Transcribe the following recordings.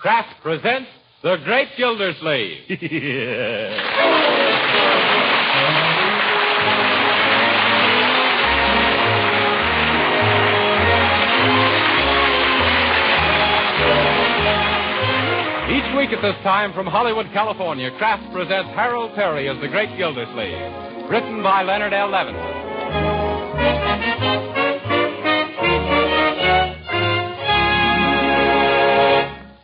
Kraft presents The Great Gildersleeve. Each week at this time from Hollywood, California, Kraft presents Harold Perry as The Great Gildersleeve, written by Leonard L. Levinson.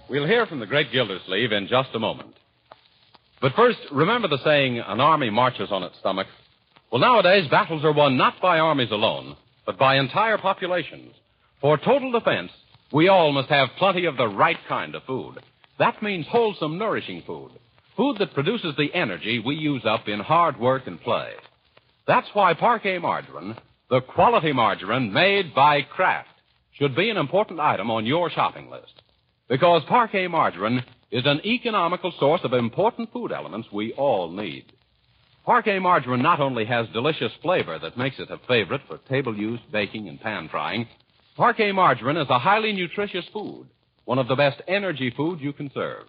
We'll hear from the great Gildersleeve in just a moment. But first, remember the saying, an army marches on its stomach? Well, nowadays, battles are won not by armies alone, but by entire populations. For total defense, we all must have plenty of the right kind of food. That means wholesome, nourishing food. Food that produces the energy we use up in hard work and play. That's why parquet margarine, the quality margarine made by Kraft, should be an important item on your shopping list. Because parquet margarine is an economical source of important food elements we all need. Parquet margarine not only has delicious flavor that makes it a favorite for table use, baking, and pan frying, parquet margarine is a highly nutritious food, one of the best energy food you can serve.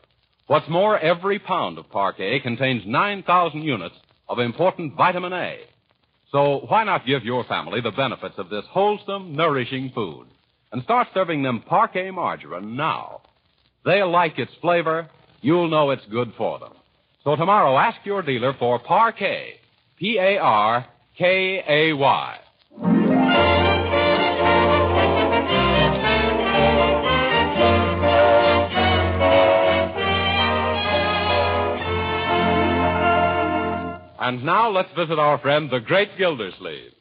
What's more, every pound of parquet contains 9,000 units of important vitamin A. So why not give your family the benefits of this wholesome, nourishing food and start serving them parquet margarine now? They'll like its flavor. You'll know it's good for them. So tomorrow, ask your dealer for parquet. P A R K A Y. And now let's visit our friend, the great Gildersleeve.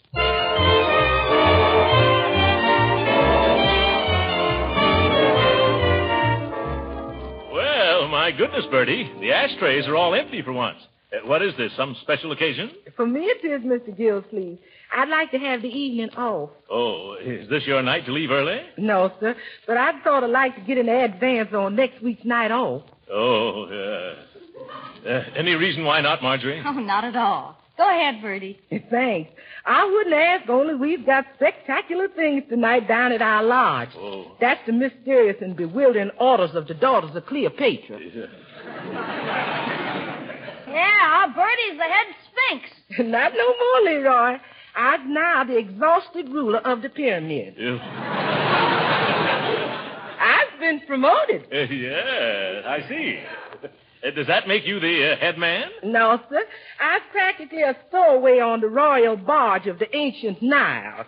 Well, my goodness, Bertie, the ashtrays are all empty for once. Uh, what is this, some special occasion? For me, it is, Mr. Gillsleeve. I'd like to have the evening off. Oh, is this your night to leave early? No, sir, but I'd sort of like to get an advance on next week's night off. Oh, uh, uh, any reason why not, Marjorie? Oh, not at all. Go ahead, Bertie. Thanks. I wouldn't ask, only we've got spectacular things tonight down at our lodge. Oh. That's the mysterious and bewildering orders of the daughters of Cleopatra. Yeah, Bertie's the head sphinx. Not no more, Leroy. I'm now the exhausted ruler of the pyramid. Uh, I've been promoted. yeah, I see. Uh, does that make you the uh, head man? No, sir. I was practically a stowaway on the royal barge of the ancient Nile.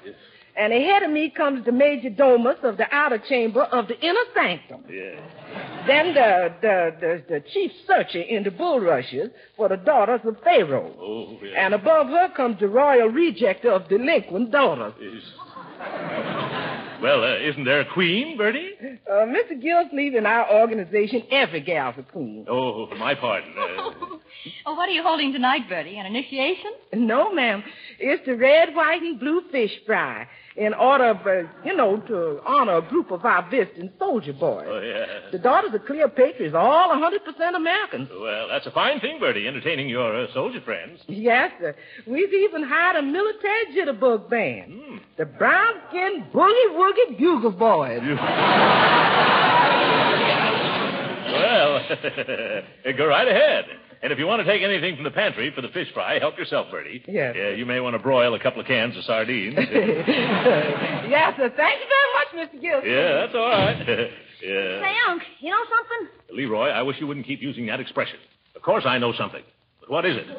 And ahead of me comes the major domus of the outer chamber of the inner sanctum. Yeah. Then the, the, the, the chief searcher in the bulrushes for the daughters of Pharaoh. Oh, yeah. And above her comes the royal rejecter of delinquent daughters. Is- Well, uh, isn't there a queen, Bertie? Uh, Mr. Gillsleeve in our organization, every gal's a queen. Oh, my pardon. Uh, Oh, what are you holding tonight, Bertie? An initiation? No, ma'am. It's the red, white, and blue fish fry in order of, uh, you know, to honor a group of our visiting soldier boys. oh, yeah. The daughters of Cleopatra is all 100% Americans. Well, that's a fine thing, Bertie, entertaining your uh, soldier friends. Yes, sir. We've even hired a military jitterbug band. The brown-skinned boogie-woogie bugle boys. Well, uh, go right ahead. And if you want to take anything from the pantry for the fish fry, help yourself, Bertie. Yes. Yeah, you may want to broil a couple of cans of sardines. yes, sir. Thank you very much, Mr. Gilsleeve. yeah, that's all right. yeah. Uh. Say, Unc, you know something? Leroy, I wish you wouldn't keep using that expression. Of course I know something. But what is it? Well,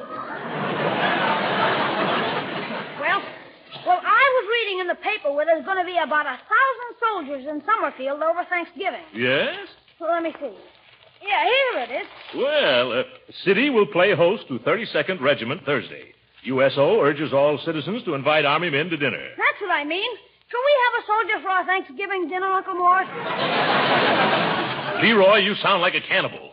well, I was reading in the paper where there's going to be about a thousand soldiers in Summerfield over Thanksgiving. Yes? Well, let me see. Yeah, here it is. Well, uh, City will play host to 32nd Regiment Thursday. USO urges all citizens to invite Army men to dinner. That's what I mean. Can we have a soldier for our Thanksgiving dinner, Uncle Morris? Leroy, you sound like a cannibal.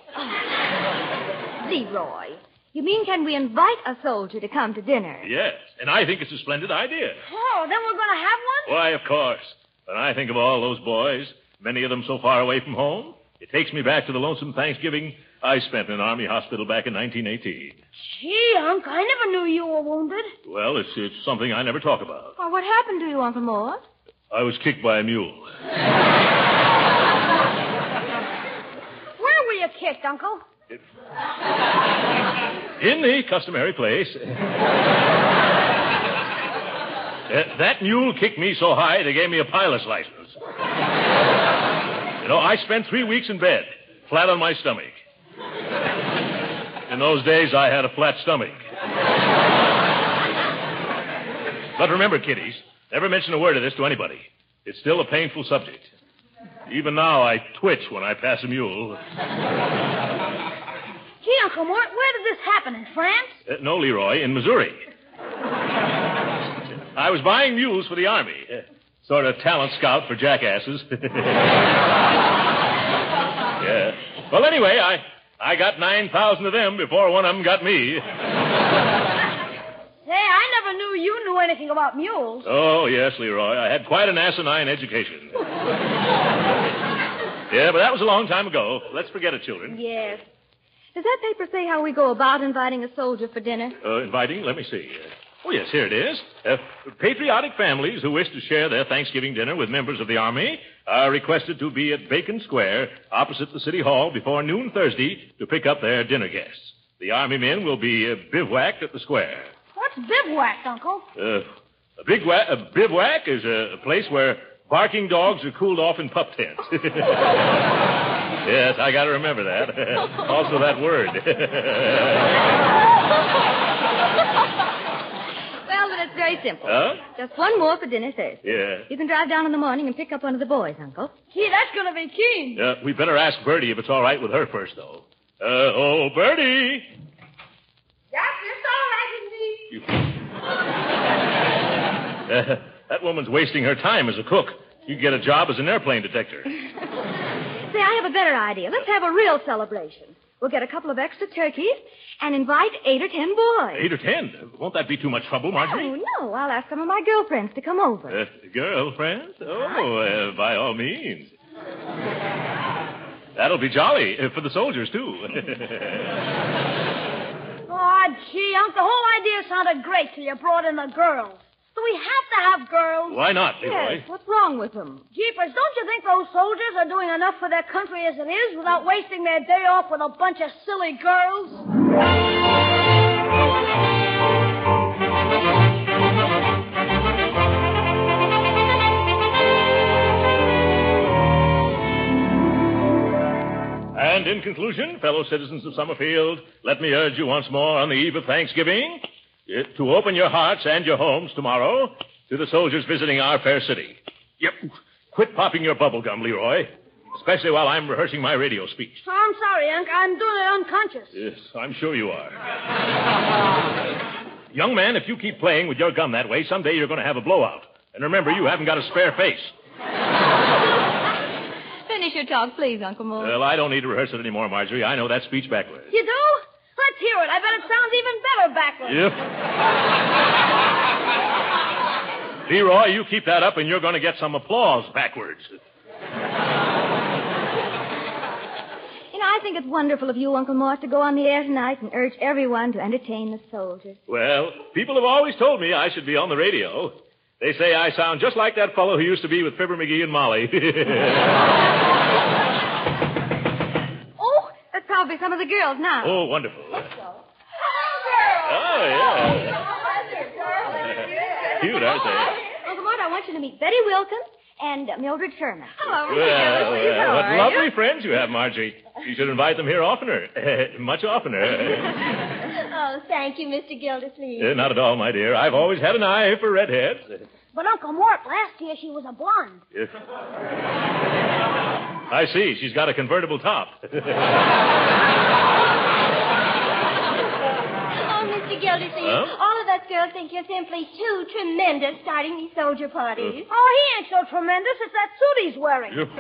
Leroy. You mean can we invite a soldier to come to dinner? Yes, and I think it's a splendid idea. Oh, then we're going to have one? Why, of course. When I think of all those boys, many of them so far away from home, it takes me back to the lonesome Thanksgiving I spent in an Army hospital back in 1918. Gee, Unc, I never knew you were wounded. Well, it's, it's something I never talk about. Well, what happened to you, Uncle Mort? I was kicked by a mule. gift, Uncle. In the customary place. Uh, that mule kicked me so high they gave me a pilot's license. you know, I spent three weeks in bed, flat on my stomach. In those days, I had a flat stomach. but remember, kiddies, never mention a word of this to anybody. It's still a painful subject. Even now, I twitch when I pass a mule. Gee, Uncle Mort, where did this happen? In France? Uh, no, Leroy, in Missouri. I was buying mules for the Army. Uh, Sort of talent scout for jackasses. yeah. Well, anyway, I, I got 9,000 of them before one of them got me. Say, I never knew you knew anything about mules. Oh, yes, Leroy. I had quite an asinine education. yeah, but that was a long time ago. Let's forget it, children. Yes. Does that paper say how we go about inviting a soldier for dinner? Uh, inviting, let me see. Uh, oh, yes, here it is. Uh, patriotic families who wish to share their Thanksgiving dinner with members of the Army are requested to be at Bacon Square, opposite the City Hall, before noon Thursday to pick up their dinner guests. The Army men will be uh, bivouacked at the square. What's bivouac, Uncle? Uh, a, big wa- a bivouac is a, a place where barking dogs are cooled off in pup tents. yes, I got to remember that. also, that word. Well, then it's very simple. huh? Just one more for dinner Thursday. Yeah. You can drive down in the morning and pick up one of the boys, Uncle. Gee, that's gonna be keen. Uh, we better ask Bertie if it's all right with her first, though. Uh, oh, Bertie! Yes, it's all right with me. Uh, that woman's wasting her time as a cook. You get a job as an airplane detector. Say, I have a better idea. Let's have a real celebration. We'll get a couple of extra turkeys and invite eight or ten boys. Eight or ten. Won't that be too much trouble, Oh, Marjorie? no. I'll ask some of my girlfriends to come over. Oh. Uh, girlfriend? Oh, uh, by all means. That'll be jolly uh, for the soldiers, too. Oh, gee, Uncle, the whole idea sounded great till you brought in the girls. Do we have to have girls? Why not, Leroy? Yes, what's wrong with them? Jeepers, don't you think those soldiers are doing enough for their country as it is without wasting their day off with a bunch of silly girls? And in conclusion, fellow citizens of Summerfield, let me urge you once more on the eve of Thanksgiving eh, to open your hearts and your homes tomorrow to the soldiers visiting our fair city. Yep. Quit popping your bubble gum, Leroy, especially while I'm rehearsing my radio speech. Oh, I'm sorry, Uncle. I'm doing it unconscious. Yes, I'm sure you are. Young man, if you keep playing with your gum that way, someday you're going to have a blowout. And remember, you haven't got a spare face. Finish your talk, please, Uncle Mort. Well, I don't need to rehearse it anymore, Marjorie. I know that speech backwards. You do? Let's hear it. I bet it sounds even better backwards. Yep. Leroy, you keep that up and you're going to get some applause backwards. You know, I think it's wonderful of you, Uncle Mort, to go on the air tonight and urge everyone to entertain the soldiers. Well, people have always told me I should be on the radio. They say I sound just like that fellow who used to be with Fibber McGee and Molly. Oh, that's probably some of the girls now. oh, wonderful. Oh, yeah. Cute, aren't they? Uncle Mort, I want you to meet Betty Wilkins and uh, Mildred Sherman. Hello, Well, well, what lovely friends you have, Marjorie. You should invite them here oftener. Much oftener. Oh, thank you, Mr. Gildersleeve. Eh, Not at all, my dear. I've always had an eye for redheads. But Uncle Mort, last year she was a blonde. Yes. I see. She's got a convertible top. Oh, Mr. Gildersleeve, Huh? all of us girls think you're simply too tremendous starting these soldier parties. Oh, he ain't so tremendous. It's that suit he's wearing. Well,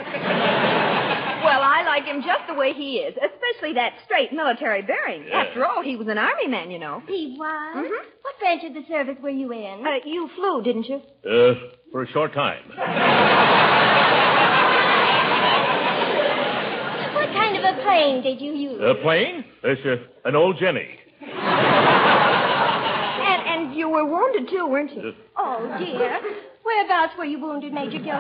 I like him just the way he is, especially that straight military bearing. Yeah. After all, he was an army man, you know. He was? Mm-hmm. What branch of the service were you in? Uh, you flew, didn't you? Uh, for a short time. What kind of a plane did you use? A plane? It's uh, an old Jenny. And, and you were wounded too, weren't you? Oh, dear. Whereabouts were you wounded, Major Gildersleeve?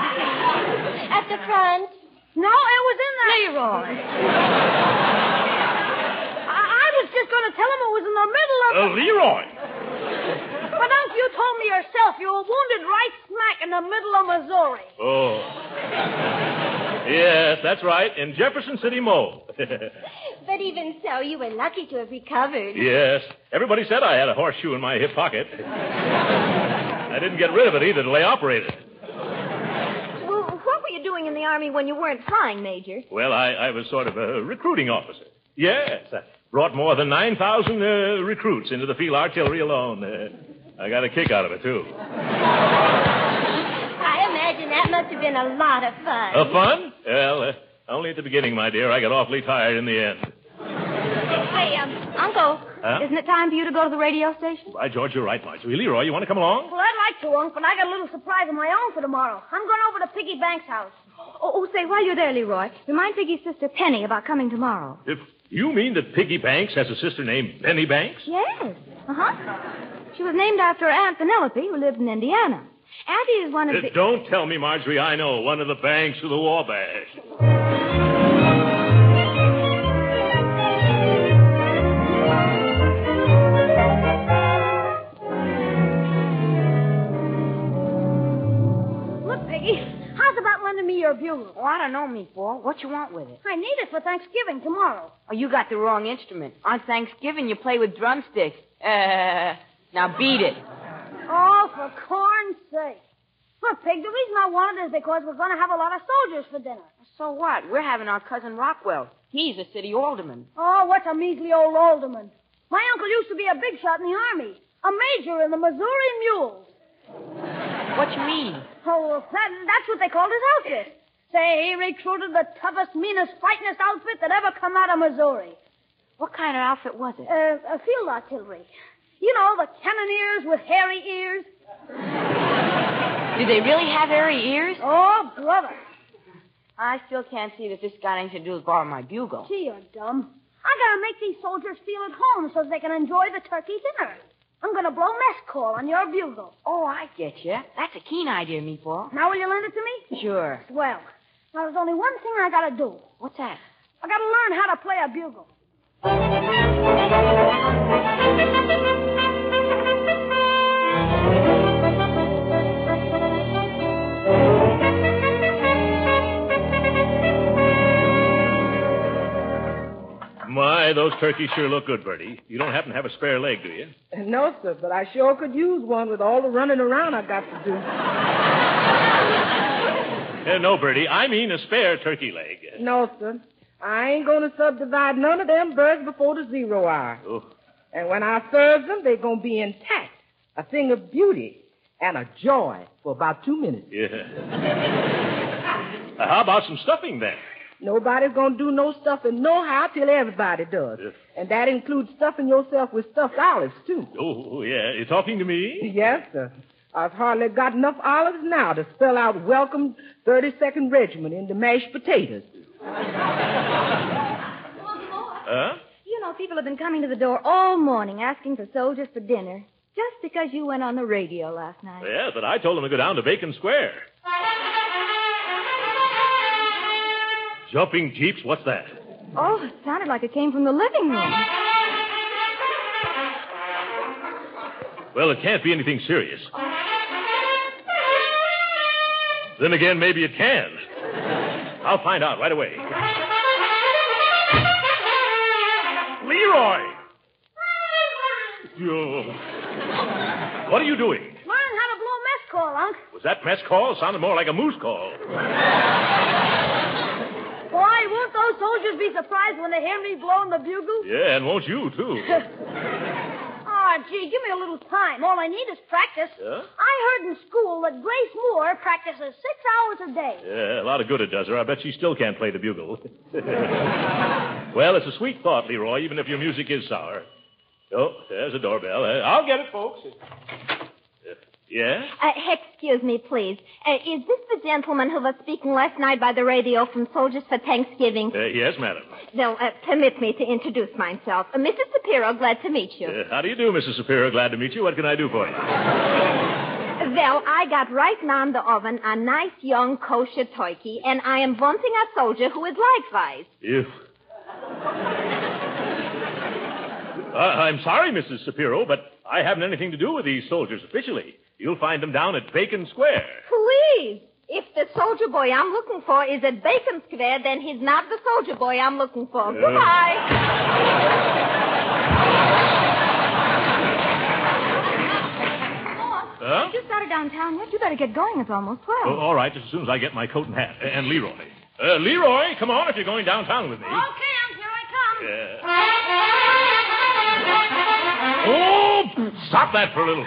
At the front? No, it was in that. Leroy. going to tell him it was in the middle of. Uh, Leroy. the... But Unc, you told me yourself you were wounded right smack in the middle of Missouri. Oh. yes, that's right. In Jefferson City Mall. But even so, you were lucky to have recovered. yes. Everybody said I had a horseshoe in my hip pocket. I didn't get rid of it either till they operated. Well, what were you doing in the Army when you weren't flying, Major? Well, I, I was sort of a recruiting officer. Yes, I brought more than 9,000 uh, recruits into the field artillery alone. Uh, I got a kick out of it, too. I imagine that must have been a lot of fun. Uh, fun? Well, uh, only at the beginning, my dear. I got awfully tired in the end. Hey, um, Uncle, Huh? isn't it time for you to go to the radio station? By George, you're right, Marjorie. Leroy, you want to come along? Well, I'd like to, Unc, but I got a little surprise of my own for tomorrow. I'm going over to Piggy Banks' house. Oh, oh, say, while you're there, Leroy, remind Piggy's sister Penny about coming tomorrow. If you mean that Piggy Banks has a sister named Penny Banks? Yes. Uh huh. She was named after her Aunt Penelope, who lived in Indiana. Auntie is one of Uh, the. don't tell me, Marjorie. I know one of the banks of the Wabash. Look, Piggy, how's about lending me your bugle? Oh, I don't know, Meatball. What you want with it? I need it for Thanksgiving tomorrow. Oh, you got the wrong instrument. On Thanksgiving, you play with drumsticks. Uh, now beat it. Oh, for corn's sake. Look, Pig, the reason I wanted it is because we're going to have a lot of soldiers for dinner. So what? We're having our cousin Rockwell. He's a city alderman. Oh, what's a measly old alderman? My uncle used to be a big shot in the army, a major in the Missouri Mules. What you mean? Oh, well, that, that's what they called his outfit. Say, he recruited the toughest, meanest, fightingest outfit that ever come out of Missouri. What kind of outfit was it? Uh, a field artillery. You know, the cannoneers with hairy ears. Do they really have airy ears? Oh, brother. I still can't see that this got anything to do with borrowing my bugle. Gee, you're dumb. I gotta make these soldiers feel at home so they can enjoy the turkey dinner. I'm gonna blow mess call on your bugle. Oh, I get you. That's a keen idea, Meatball. Now will you lend it to me? Sure. Well, now there's only one thing I gotta do. What's that? I gotta learn how to play a bugle. My, those turkeys sure look good, Bertie. You don't happen to have a spare leg, do you? Uh, No, sir, but I sure could use one with all the running around I got to do. Uh, no, Bertie. I mean a spare turkey leg. No, sir. I ain't gonna subdivide none of them birds before the zero hour. Oh, And when I serve them, they're gonna be intact. A thing of beauty and a joy for about two minutes. yeah. Uh, how about some stuffing, then? Nobody's gonna do no stuffing no how till everybody does. Yes. And that includes stuffing yourself with stuffed olives, too. Oh, yeah. You talking to me? Yes, sir. I've hardly got enough olives now to spell out welcome 32nd Regiment in the mashed potatoes. Huh? You know, people have been coming to the door all morning asking for soldiers for dinner just because you went on the radio last night. Yeah, but I told them to go down to Bacon Square. Jumping jeeps, what's that? Oh, it sounded like it came from the living room. Well, it can't be anything serious. Then again, maybe it can. I'll find out right away. Leroy! You. What are you doing? Learn how to blow mess call, Unc. Was that mess call? Sounded more like a moose call. Boy, won't those soldiers be surprised when they hear me blowing the bugle? Yeah, and won't you, too? Aw, gee, give me a little time. All I need is practice. Yeah? I heard in school that Grace Moore practices six hours a day. Yeah, Uh, a lot of good it does her. I bet she still can't play the bugle. well, it's a sweet thought, Leroy, even if your music is sour. Oh, there's a doorbell. Uh, I'll get it, folks. Uh, yeah? Uh, excuse me, please. Uh, is this the gentleman who was speaking last night by the radio from Soldiers for Thanksgiving? Uh, yes, madam. They'll uh, permit me to introduce myself. Uh, Mrs. Shapiro, glad to meet you. Uh, how do you do, Mrs. Shapiro? Glad to meet you. What can I do for you? Well, I got right now in the oven a nice young kosher turkey, and I am wanting a soldier who is likewise. You. Uh, I'm sorry, Mrs. Shapiro, but I haven't anything to do with these soldiers officially. You'll find them down at Bacon Square. Please. If the soldier boy I'm looking for is at Bacon Square, then he's not the soldier boy I'm looking for. Huh? You started downtown yet? You better get going. It's almost 12. Oh, all right, just as soon as I get my coat and hat. And Leroy. Uh, Leroy, come on if you're going downtown with me. Okay, Unc, here I come. Uh, oh, stop that for a little.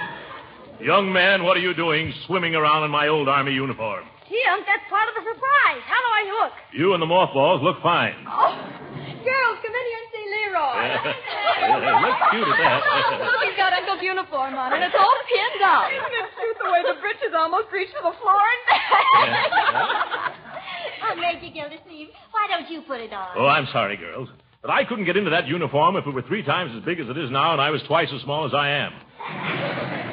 Young man, what are you doing swimming around in my old army uniform? Gee, Unc, that's part of the surprise. How do I look? You and the mothballs look fine. Oh, Girls, come in here and see Oh. Leroy. Uh, Look cute at that. Look, he's got Uncle's uniform on, and it's all pinned up. It's true the way the britches almost reach to the floor and Oh, Major Gildersleeve, why don't you put it on? Oh, I'm sorry, girls. But I couldn't get into that uniform if it were three times as big as it is now and I was twice as small as I am.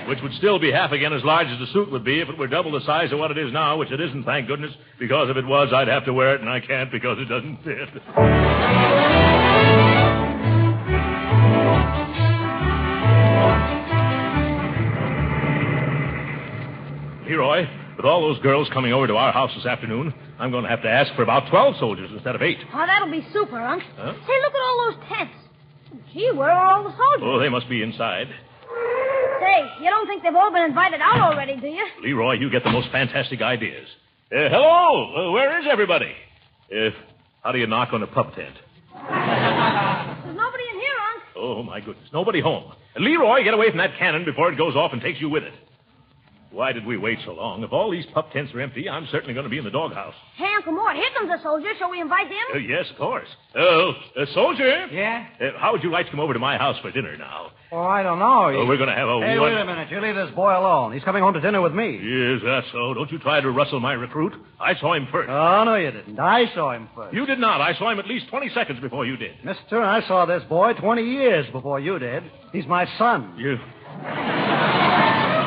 Which would still be half again as large as the suit would be if it were double the size of what it is now, which it isn't, thank goodness, because if it was, I'd have to wear it, and I can't because it doesn't fit. Leroy, with all those girls coming over to our house this afternoon, I'm going to have to ask for about 12 soldiers instead of eight. Oh, that'll be super, Unc. Huh? Say, look at all those tents. Gee, where are all the soldiers? Oh, they must be inside. Say, you don't think they've all been invited out already, do you? Leroy, you get the most fantastic ideas. Uh, hello, uh, where is everybody? Uh, how do you knock on a pup tent? There's nobody in here, Unc. Oh, my goodness, nobody home. Leroy, get away from that cannon before it goes off and takes you with it. Why did we wait so long? If all these pup tents are empty, I'm certainly going to be in the doghouse. Hey, Uncle Mort, here comes a soldier. Shall we invite Uh, him? yes, of course. Oh, uh, soldier? Yeah? Uh, how would you like to come over to my house for dinner now? Oh, I don't know. Oh, we're going to have a Hey, wonder- wait a minute. You leave this boy alone. He's coming home to dinner with me. Yes, that's so. Don't you try to rustle my recruit. I saw him first. Oh, no, you didn't. I saw him first. you did not. I saw him at least 20 seconds before you did. Mister, I saw this boy 20 years before you did. He's my son. You?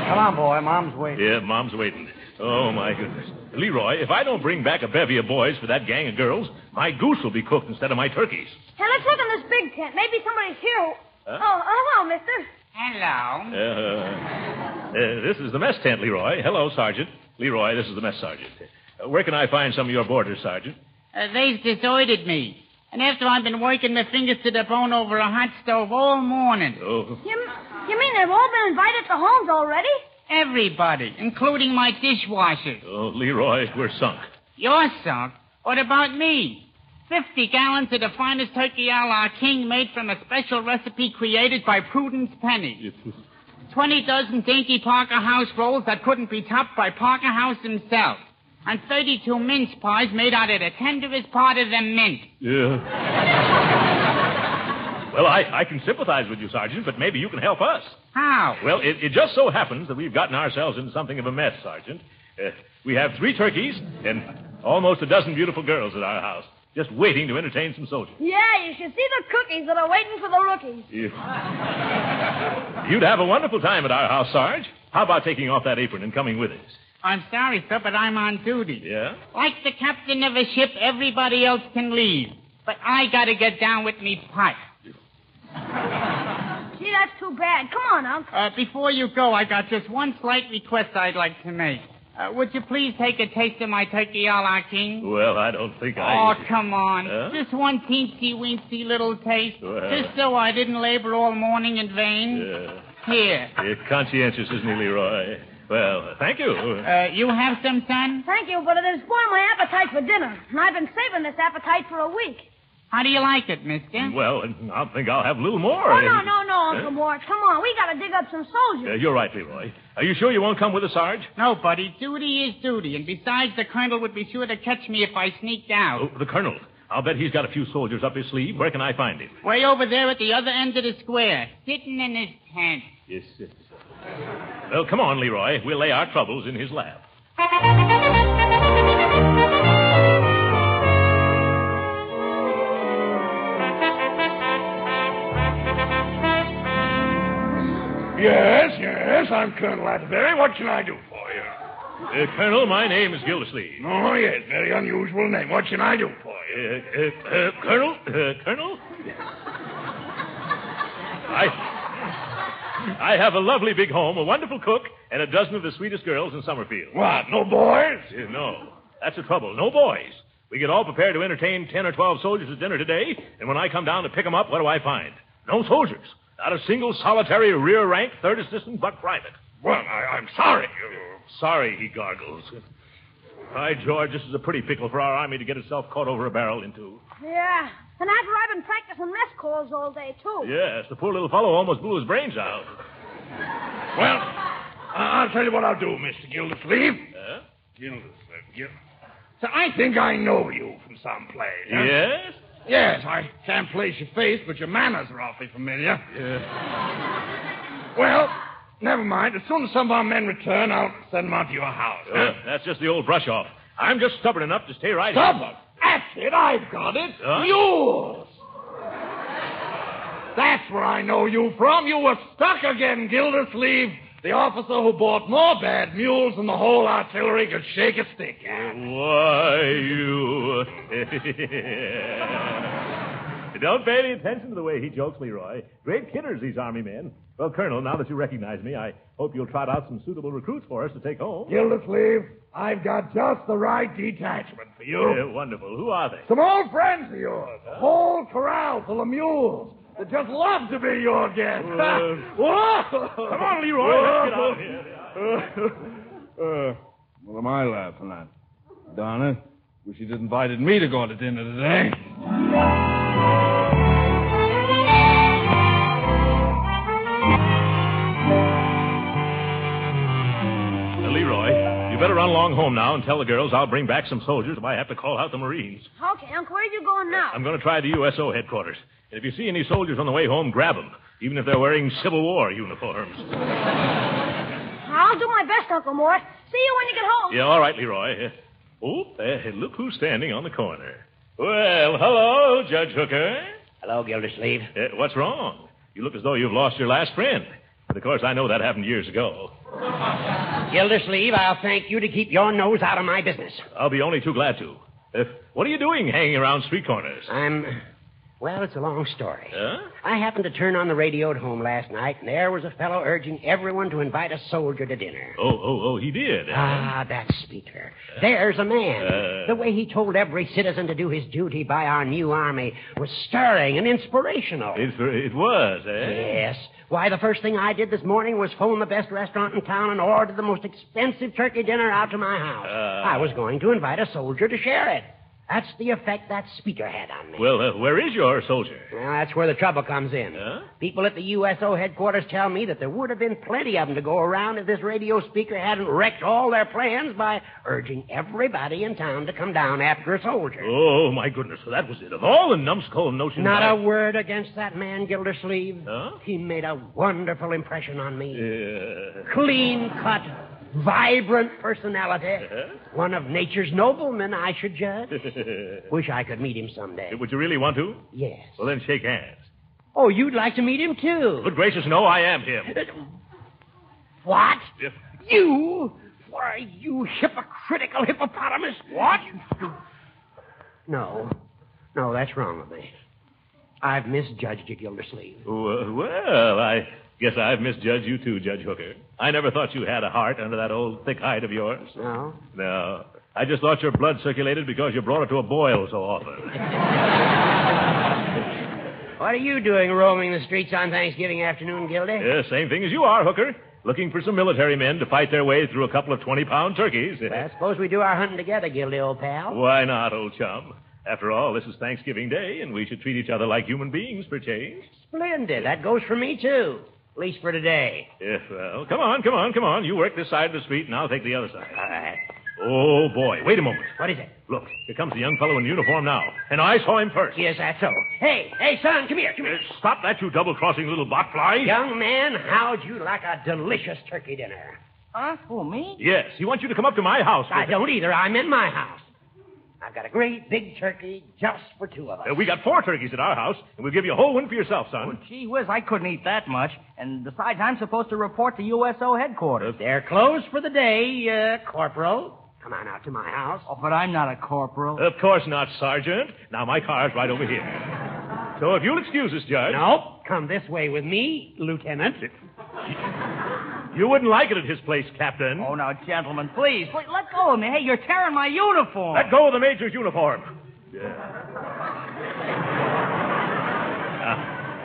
Come on, boy. Mom's waiting. Yeah, Mom's waiting. Oh, my goodness. Leroy, if I don't bring back a bevy of boys for that gang of girls, my goose will be cooked instead of my turkeys. Hey, let's look in this big tent. Maybe somebody's here. who- Huh? Oh, hello, mister. Hello. Uh, uh, this is the mess tent, Leroy. Hello, Sergeant. Leroy, this is the mess sergeant. Uh, where can I find some of your boarders, Sergeant? Uh, they've deserted me. And after I've been working my fingers to the bone over a hot stove all morning. Oh, You, you mean they've all been invited to homes already? Everybody, including my dishwasher. oh Leroy, we're sunk. Your sunk? What about me? Fifty gallons of the finest turkey a la king made from a special recipe created by Prudence Penny. Twenty dozen dainty Parker House rolls that couldn't be topped by Parker House himself. And 32 mince pies made out of the tenderest part of the mint. Yeah. well, I, I can sympathize with you, Sergeant, but maybe you can help us. How? Well, it, it just so happens that we've gotten ourselves into something of a mess, Sergeant. Uh, we have three turkeys and almost a dozen beautiful girls at our house, just waiting to entertain some soldiers. Yeah, you should see the cookies that are waiting for the rookies. You'd have a wonderful time at our house, Sarge. How about taking off that apron and coming with us? I'm sorry, sir, but I'm on duty. Yeah? Like the captain of a ship, everybody else can leave. But I gotta get down with me pipe. Gee, that's too bad. Come on, Unc. Uh, before you go, I got just one slight request I'd like to make. Uh, would you please take a taste of my turkey a la king? Well, I don't think Oh, I. come on. Huh? Just one teensy weensy little taste. Well. Just so I didn't labor all morning in vain. Yeah. Here. You're conscientious, isn't he, Leroy? Well, thank you. Uh, you have some, son? Thank you, but it has spoiled my appetite for dinner, and I've been saving this appetite for a week. How do you like it, mister? Well, I think I'll have a little more. Oh, no, no, no, Uncle Mort. Come on, we gotta dig up some Uh, soldiers. you're right, Leroy. Are you sure you won't come with us, Sarge? No, buddy. Duty is duty. And besides, the colonel would be sure to catch me if I sneaked out. Oh, the Colonel. I'll bet he's got a few soldiers up his sleeve. Where can I find him? Oh. Way over there at the other end of the square, sitting in his tent. Yes, yes. Well, come on, Leroy. We'll lay our troubles in his lap. Yes, yes, I'm Colonel Atterbury. What can I do for you? Uh, Colonel, my name is Gildersleeve. Oh, yes, very unusual name. What can I do for Uh, uh, uh, Colonel? Uh, Colonel? I, I have a lovely big home, a wonderful cook, and a dozen of the sweetest girls in Summerfield. What, no boys? Yeah, No. That's the trouble. No boys. We get all prepared to entertain 10 or 12 soldiers at dinner today, and when I come down to pick 'em up, what do I find? No soldiers. Not a single solitary rear rank, third assistant, buck private. Well, I, I'm sorry. Sorry, he gargles. By George, this is a pretty pickle for our army to get itself caught over a barrel into. Yeah. And after I've been practicing mess calls all day, too. Yes, the poor little fellow almost blew his brains out. Well, I- I'll tell you what I'll do, Mr. Gildersleeve. Huh? Gildersleeve. Gil- so I think I know you from someplace. huh? Yes? Yes, I can't place your face, but your manners are awfully familiar. Well, never mind. As soon as some of our men return, I'll send them out to your house. Uh, that's just the old brush off. I'm just stubborn enough to stay right here. Stubborn? That's it. I've got it. Huh? Yours. That's where I know you from. You were stuck again, Gildersleeve. The officer who bought more bad mules than the whole artillery could shake a stick at. Mm. Why, you. Don't pay any attention to the way he jokes, Leroy. Great kidders, these army men. Well, Colonel, now that you recognize me, I hope you'll trot out some suitable recruits for us to take home. Gildersleeve, I've got just the right detachment for you. Yeah, wonderful. Who are they? Some old friends of yours. Whole corral full of mules. That just love to be your guest. Well- Whoa! Come on, Leroy, let's get out of here. Uh, what am I laughing at? Donna, wish you'd invited me to go to dinner today. Now, Leroy, you better run along home now and tell the girls I'll bring back some soldiers if I have to call out the Marines. Okay, Uncle, where are you going Oh, now? I'm going to try the USO headquarters. And if you see any soldiers on the way home, grab them, even if they're wearing Civil War uniforms. I'll do my best, Uncle Mort. See you when you get home. Yeah, all right, Leroy. Oh, eh, look who's standing on the corner. Well, hello, Judge Hooker. Hello, Gildersleeve. Eh, what's wrong? You look as though you've lost your last friend. But of course, I know that happened years ago. Gildersleeve, I'll thank you to keep your nose out of my business. I'll be only too glad to. Eh, what are you doing hanging around street corners? I'm. Well, it's a long story. Huh? I happened to turn on the radio at home last night, and there was a fellow urging everyone to invite a soldier to dinner. Oh, oh, oh, he did. Ah, that speaker. There's a man. Uh. the way he told every citizen to do his duty by our new army was stirring and inspirational. It, it was, eh? Yes. Why, the first thing I did this morning was phone the best restaurant in town and order the most expensive turkey dinner out to my house. Uh. I was going to invite a soldier to share it. That's the effect that speaker had on me. Well, uh, where is your soldier? Well, that's where the trouble comes in. People at the USO headquarters tell me that there would have been plenty of them to go around if this radio speaker hadn't wrecked all their plans by urging everybody in town to come down after a soldier. Oh, my goodness. So that was it. Of all the numbskull notions. Not I... a word against that man, Gildersleeve. He made a wonderful impression on me. Clean cut, vibrant personality. One of nature's noblemen, I should judge. Wish I could meet him someday. Would you really want to? Yes. Well, then shake hands. Oh, you'd like to meet him, too. Good gracious, no, I am him. What? You? Why, you hypocritical hippopotamus. What? No. No, that's wrong with me. I've misjudged you, Gildersleeve. Well, well, I guess I've misjudged you too, Judge Hooker. I never thought you had a heart under that old thick hide of yours. No? No. I just thought your blood circulated because you brought it to a boil so often. What are you doing roaming the streets on Thanksgiving afternoon, Gildy? yeah, same thing as you are, Hooker. Looking for some military men to fight their way through a couple of 20 pound turkeys. Well, suppose we do our hunting together, Gildy, old pal. Why not, old chum? After all, this is Thanksgiving Day, and we should treat each other like human beings for change. Splendid. That goes for me, too. At least for today. Yes, Eh, well, come on, come on, come on. You work this side of the street, and I'll take the other side. Oh, boy. Wait a moment. What is it? Look, here comes the young fellow in uniform now. And I saw him first. Yes, that's so. Hey, hey, son, come here, come here. Stop that, you double-crossing little botfly. Young man, how'd you like a delicious turkey dinner? Huh? Who, me? Yes, he wants you to come up to my house. I don't either. I'm in my house. I've got a great big turkey just for two of us. Uh, we got four turkeys at our house, and we'll give you a whole one for yourself, son. Gee whiz, I couldn't eat that much. And besides, I'm supposed to report to USO headquarters. They're closed for the day, uh, Corporal. Come on out to my house. Oh, but I'm not a corporal. Of course not, Sergeant. Now, my car's right over here. So if you'll excuse us, Judge. Nope. Come this way with me, Lieutenant. You wouldn't like it at his place, Captain. Oh, now, gentlemen, please. Wait, let go of me. Hey, you're tearing my uniform. Let go of the major's uniform.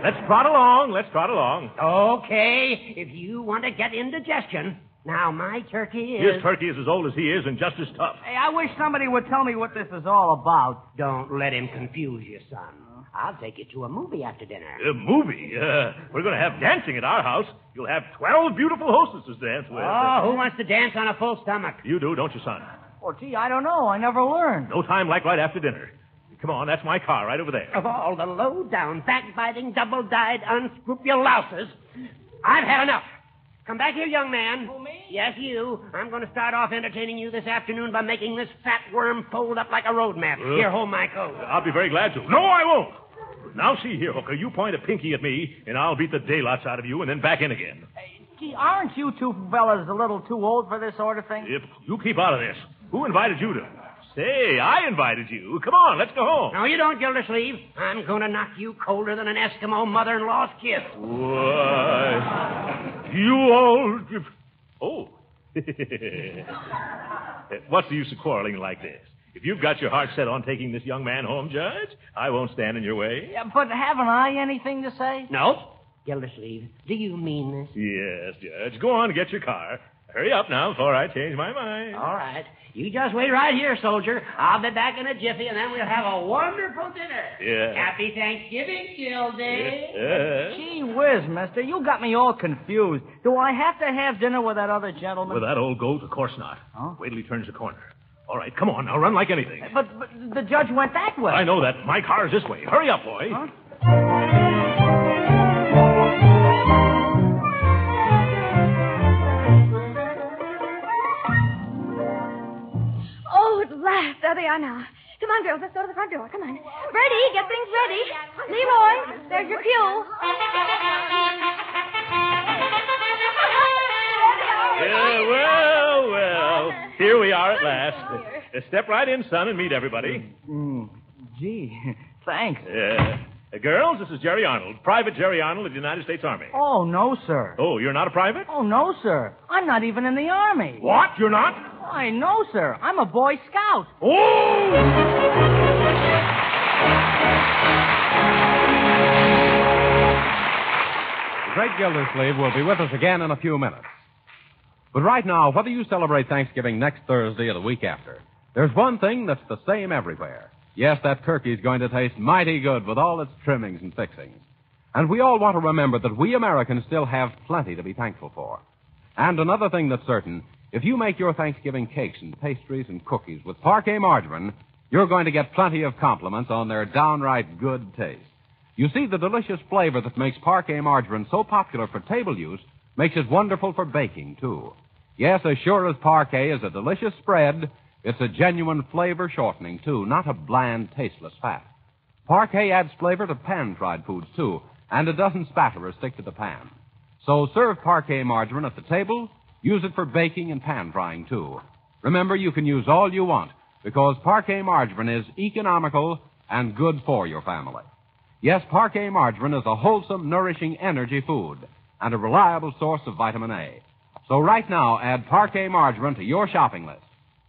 Let's trot along. Let's trot along. Okay, if you want to get indigestion. Now, my turkey is. His turkey is as old as he is and just as tough. Hey, I wish somebody would tell me what this is all about. Don't let him confuse you, son. I'll take you to a movie after dinner. A movie? Uh, we're going to have dancing at our house. You'll have 12 beautiful hostesses to dance with. Oh, who wants to dance on a full stomach? You do, don't you, son? Well, gee, I don't know. I never learned. No time like right after dinner. Come on, that's my car right over there. Of all the low down, backbiting, double dyed, unscrupulouses, I've had enough. Come back here, young man. Who, me? Yes, you. I'm going to start off entertaining you this afternoon by making this fat worm fold up like a road map. Uh, Here, hold my coat. I'll be very glad to. No, I won't. Now, see here, Hooker. You point a pinky at me, and I'll beat the daylights out of you and then back in again. Gee, aren't you two fellas a little too old for this sort of thing? If you keep out of this, who invited you to? Say, I invited you. Come on, let's go home. No, you don't, Gildersleeve. I'm going to knock you colder than an Eskimo mother in law's kiss. Why, you old. Oh. What's the use of quarreling like this? If you've got your heart set on taking this young man home, Judge, I won't stand in your way. Yeah, but haven't I anything to say? No? Gildersleeve, do you mean this? Yes, Judge. Go on, get your car. Hurry up now before I change my mind. All right. You just wait right here, soldier. I'll be back in a jiffy, and then we'll have a wonderful dinner. Yeah. Happy Thanksgiving, Gildy. Gee whiz, mister. You got me all confused. Do I have to have dinner with that other gentleman? With that old goat, of course not. Wait till he turns the corner. All right, come on now, run like anything. But, but the judge went that way. I know that. My car's this way. Hurry up, boy. Oh, at last. There they are now. Come on, girls. Let's go to the front door. Come on. Ready. Get things ready. Leroy, there's your cue. Yeah, well, well. Here we are at last. Uh, Step right in, son, and meet everybody. Mm, gee, thanks. Yeah. Uh, girls, this is Jerry Arnold, Private Jerry Arnold of the United States Army. Oh, no, sir. Oh, you're not a private? Oh, no, sir. I'm not even in the Army. What? You're not? Why, no, sir. I'm a Boy Scout. Oh! The great Gildersleeve will be with us again in a few minutes. But right now, whether you celebrate Thanksgiving next Thursday or the week after, there's one thing that's the same everywhere. Yes, that turkey's going to taste mighty good with all its trimmings and fixings. And we all want to remember that we Americans still have plenty to be thankful for. And another thing that's certain, if you make your Thanksgiving cakes and pastries and cookies with parquet margarine, you're going to get plenty of compliments on their downright good taste. You see, the delicious flavor that makes parquet margarine so popular for table use makes it wonderful for baking, too. Yes, as sure as parquet is a delicious spread, it's a genuine flavor shortening, too, not a bland, tasteless fat. Parquet adds flavor to pan fried foods, too, and it doesn't spatter or stick to the pan. So serve parquet margarine at the table. Use it for baking and pan frying, too. Remember, you can use all you want because parquet margarine is economical and good for your family. Yes, parquet margarine is a wholesome, nourishing energy food and a reliable source of vitamin A. So right now, add parquet margarine to your shopping list.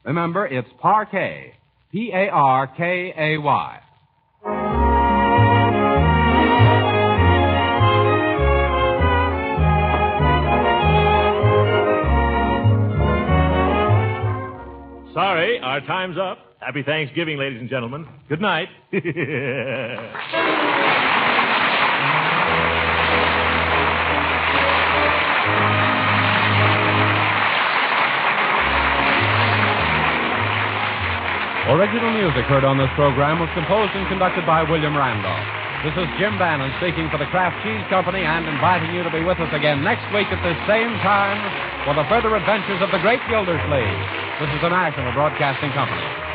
Remember, it's parquet. P-A-R-K-A-Y. Sorry, our time's up. Happy Thanksgiving, ladies and gentlemen. Good night. Original music heard on this program was composed and conducted by William Randolph. This is Jim Bannon speaking for the Kraft Cheese Company and inviting you to be with us again next week at this same time for the further adventures of the great Gildersleeve. This is the National Broadcasting Company.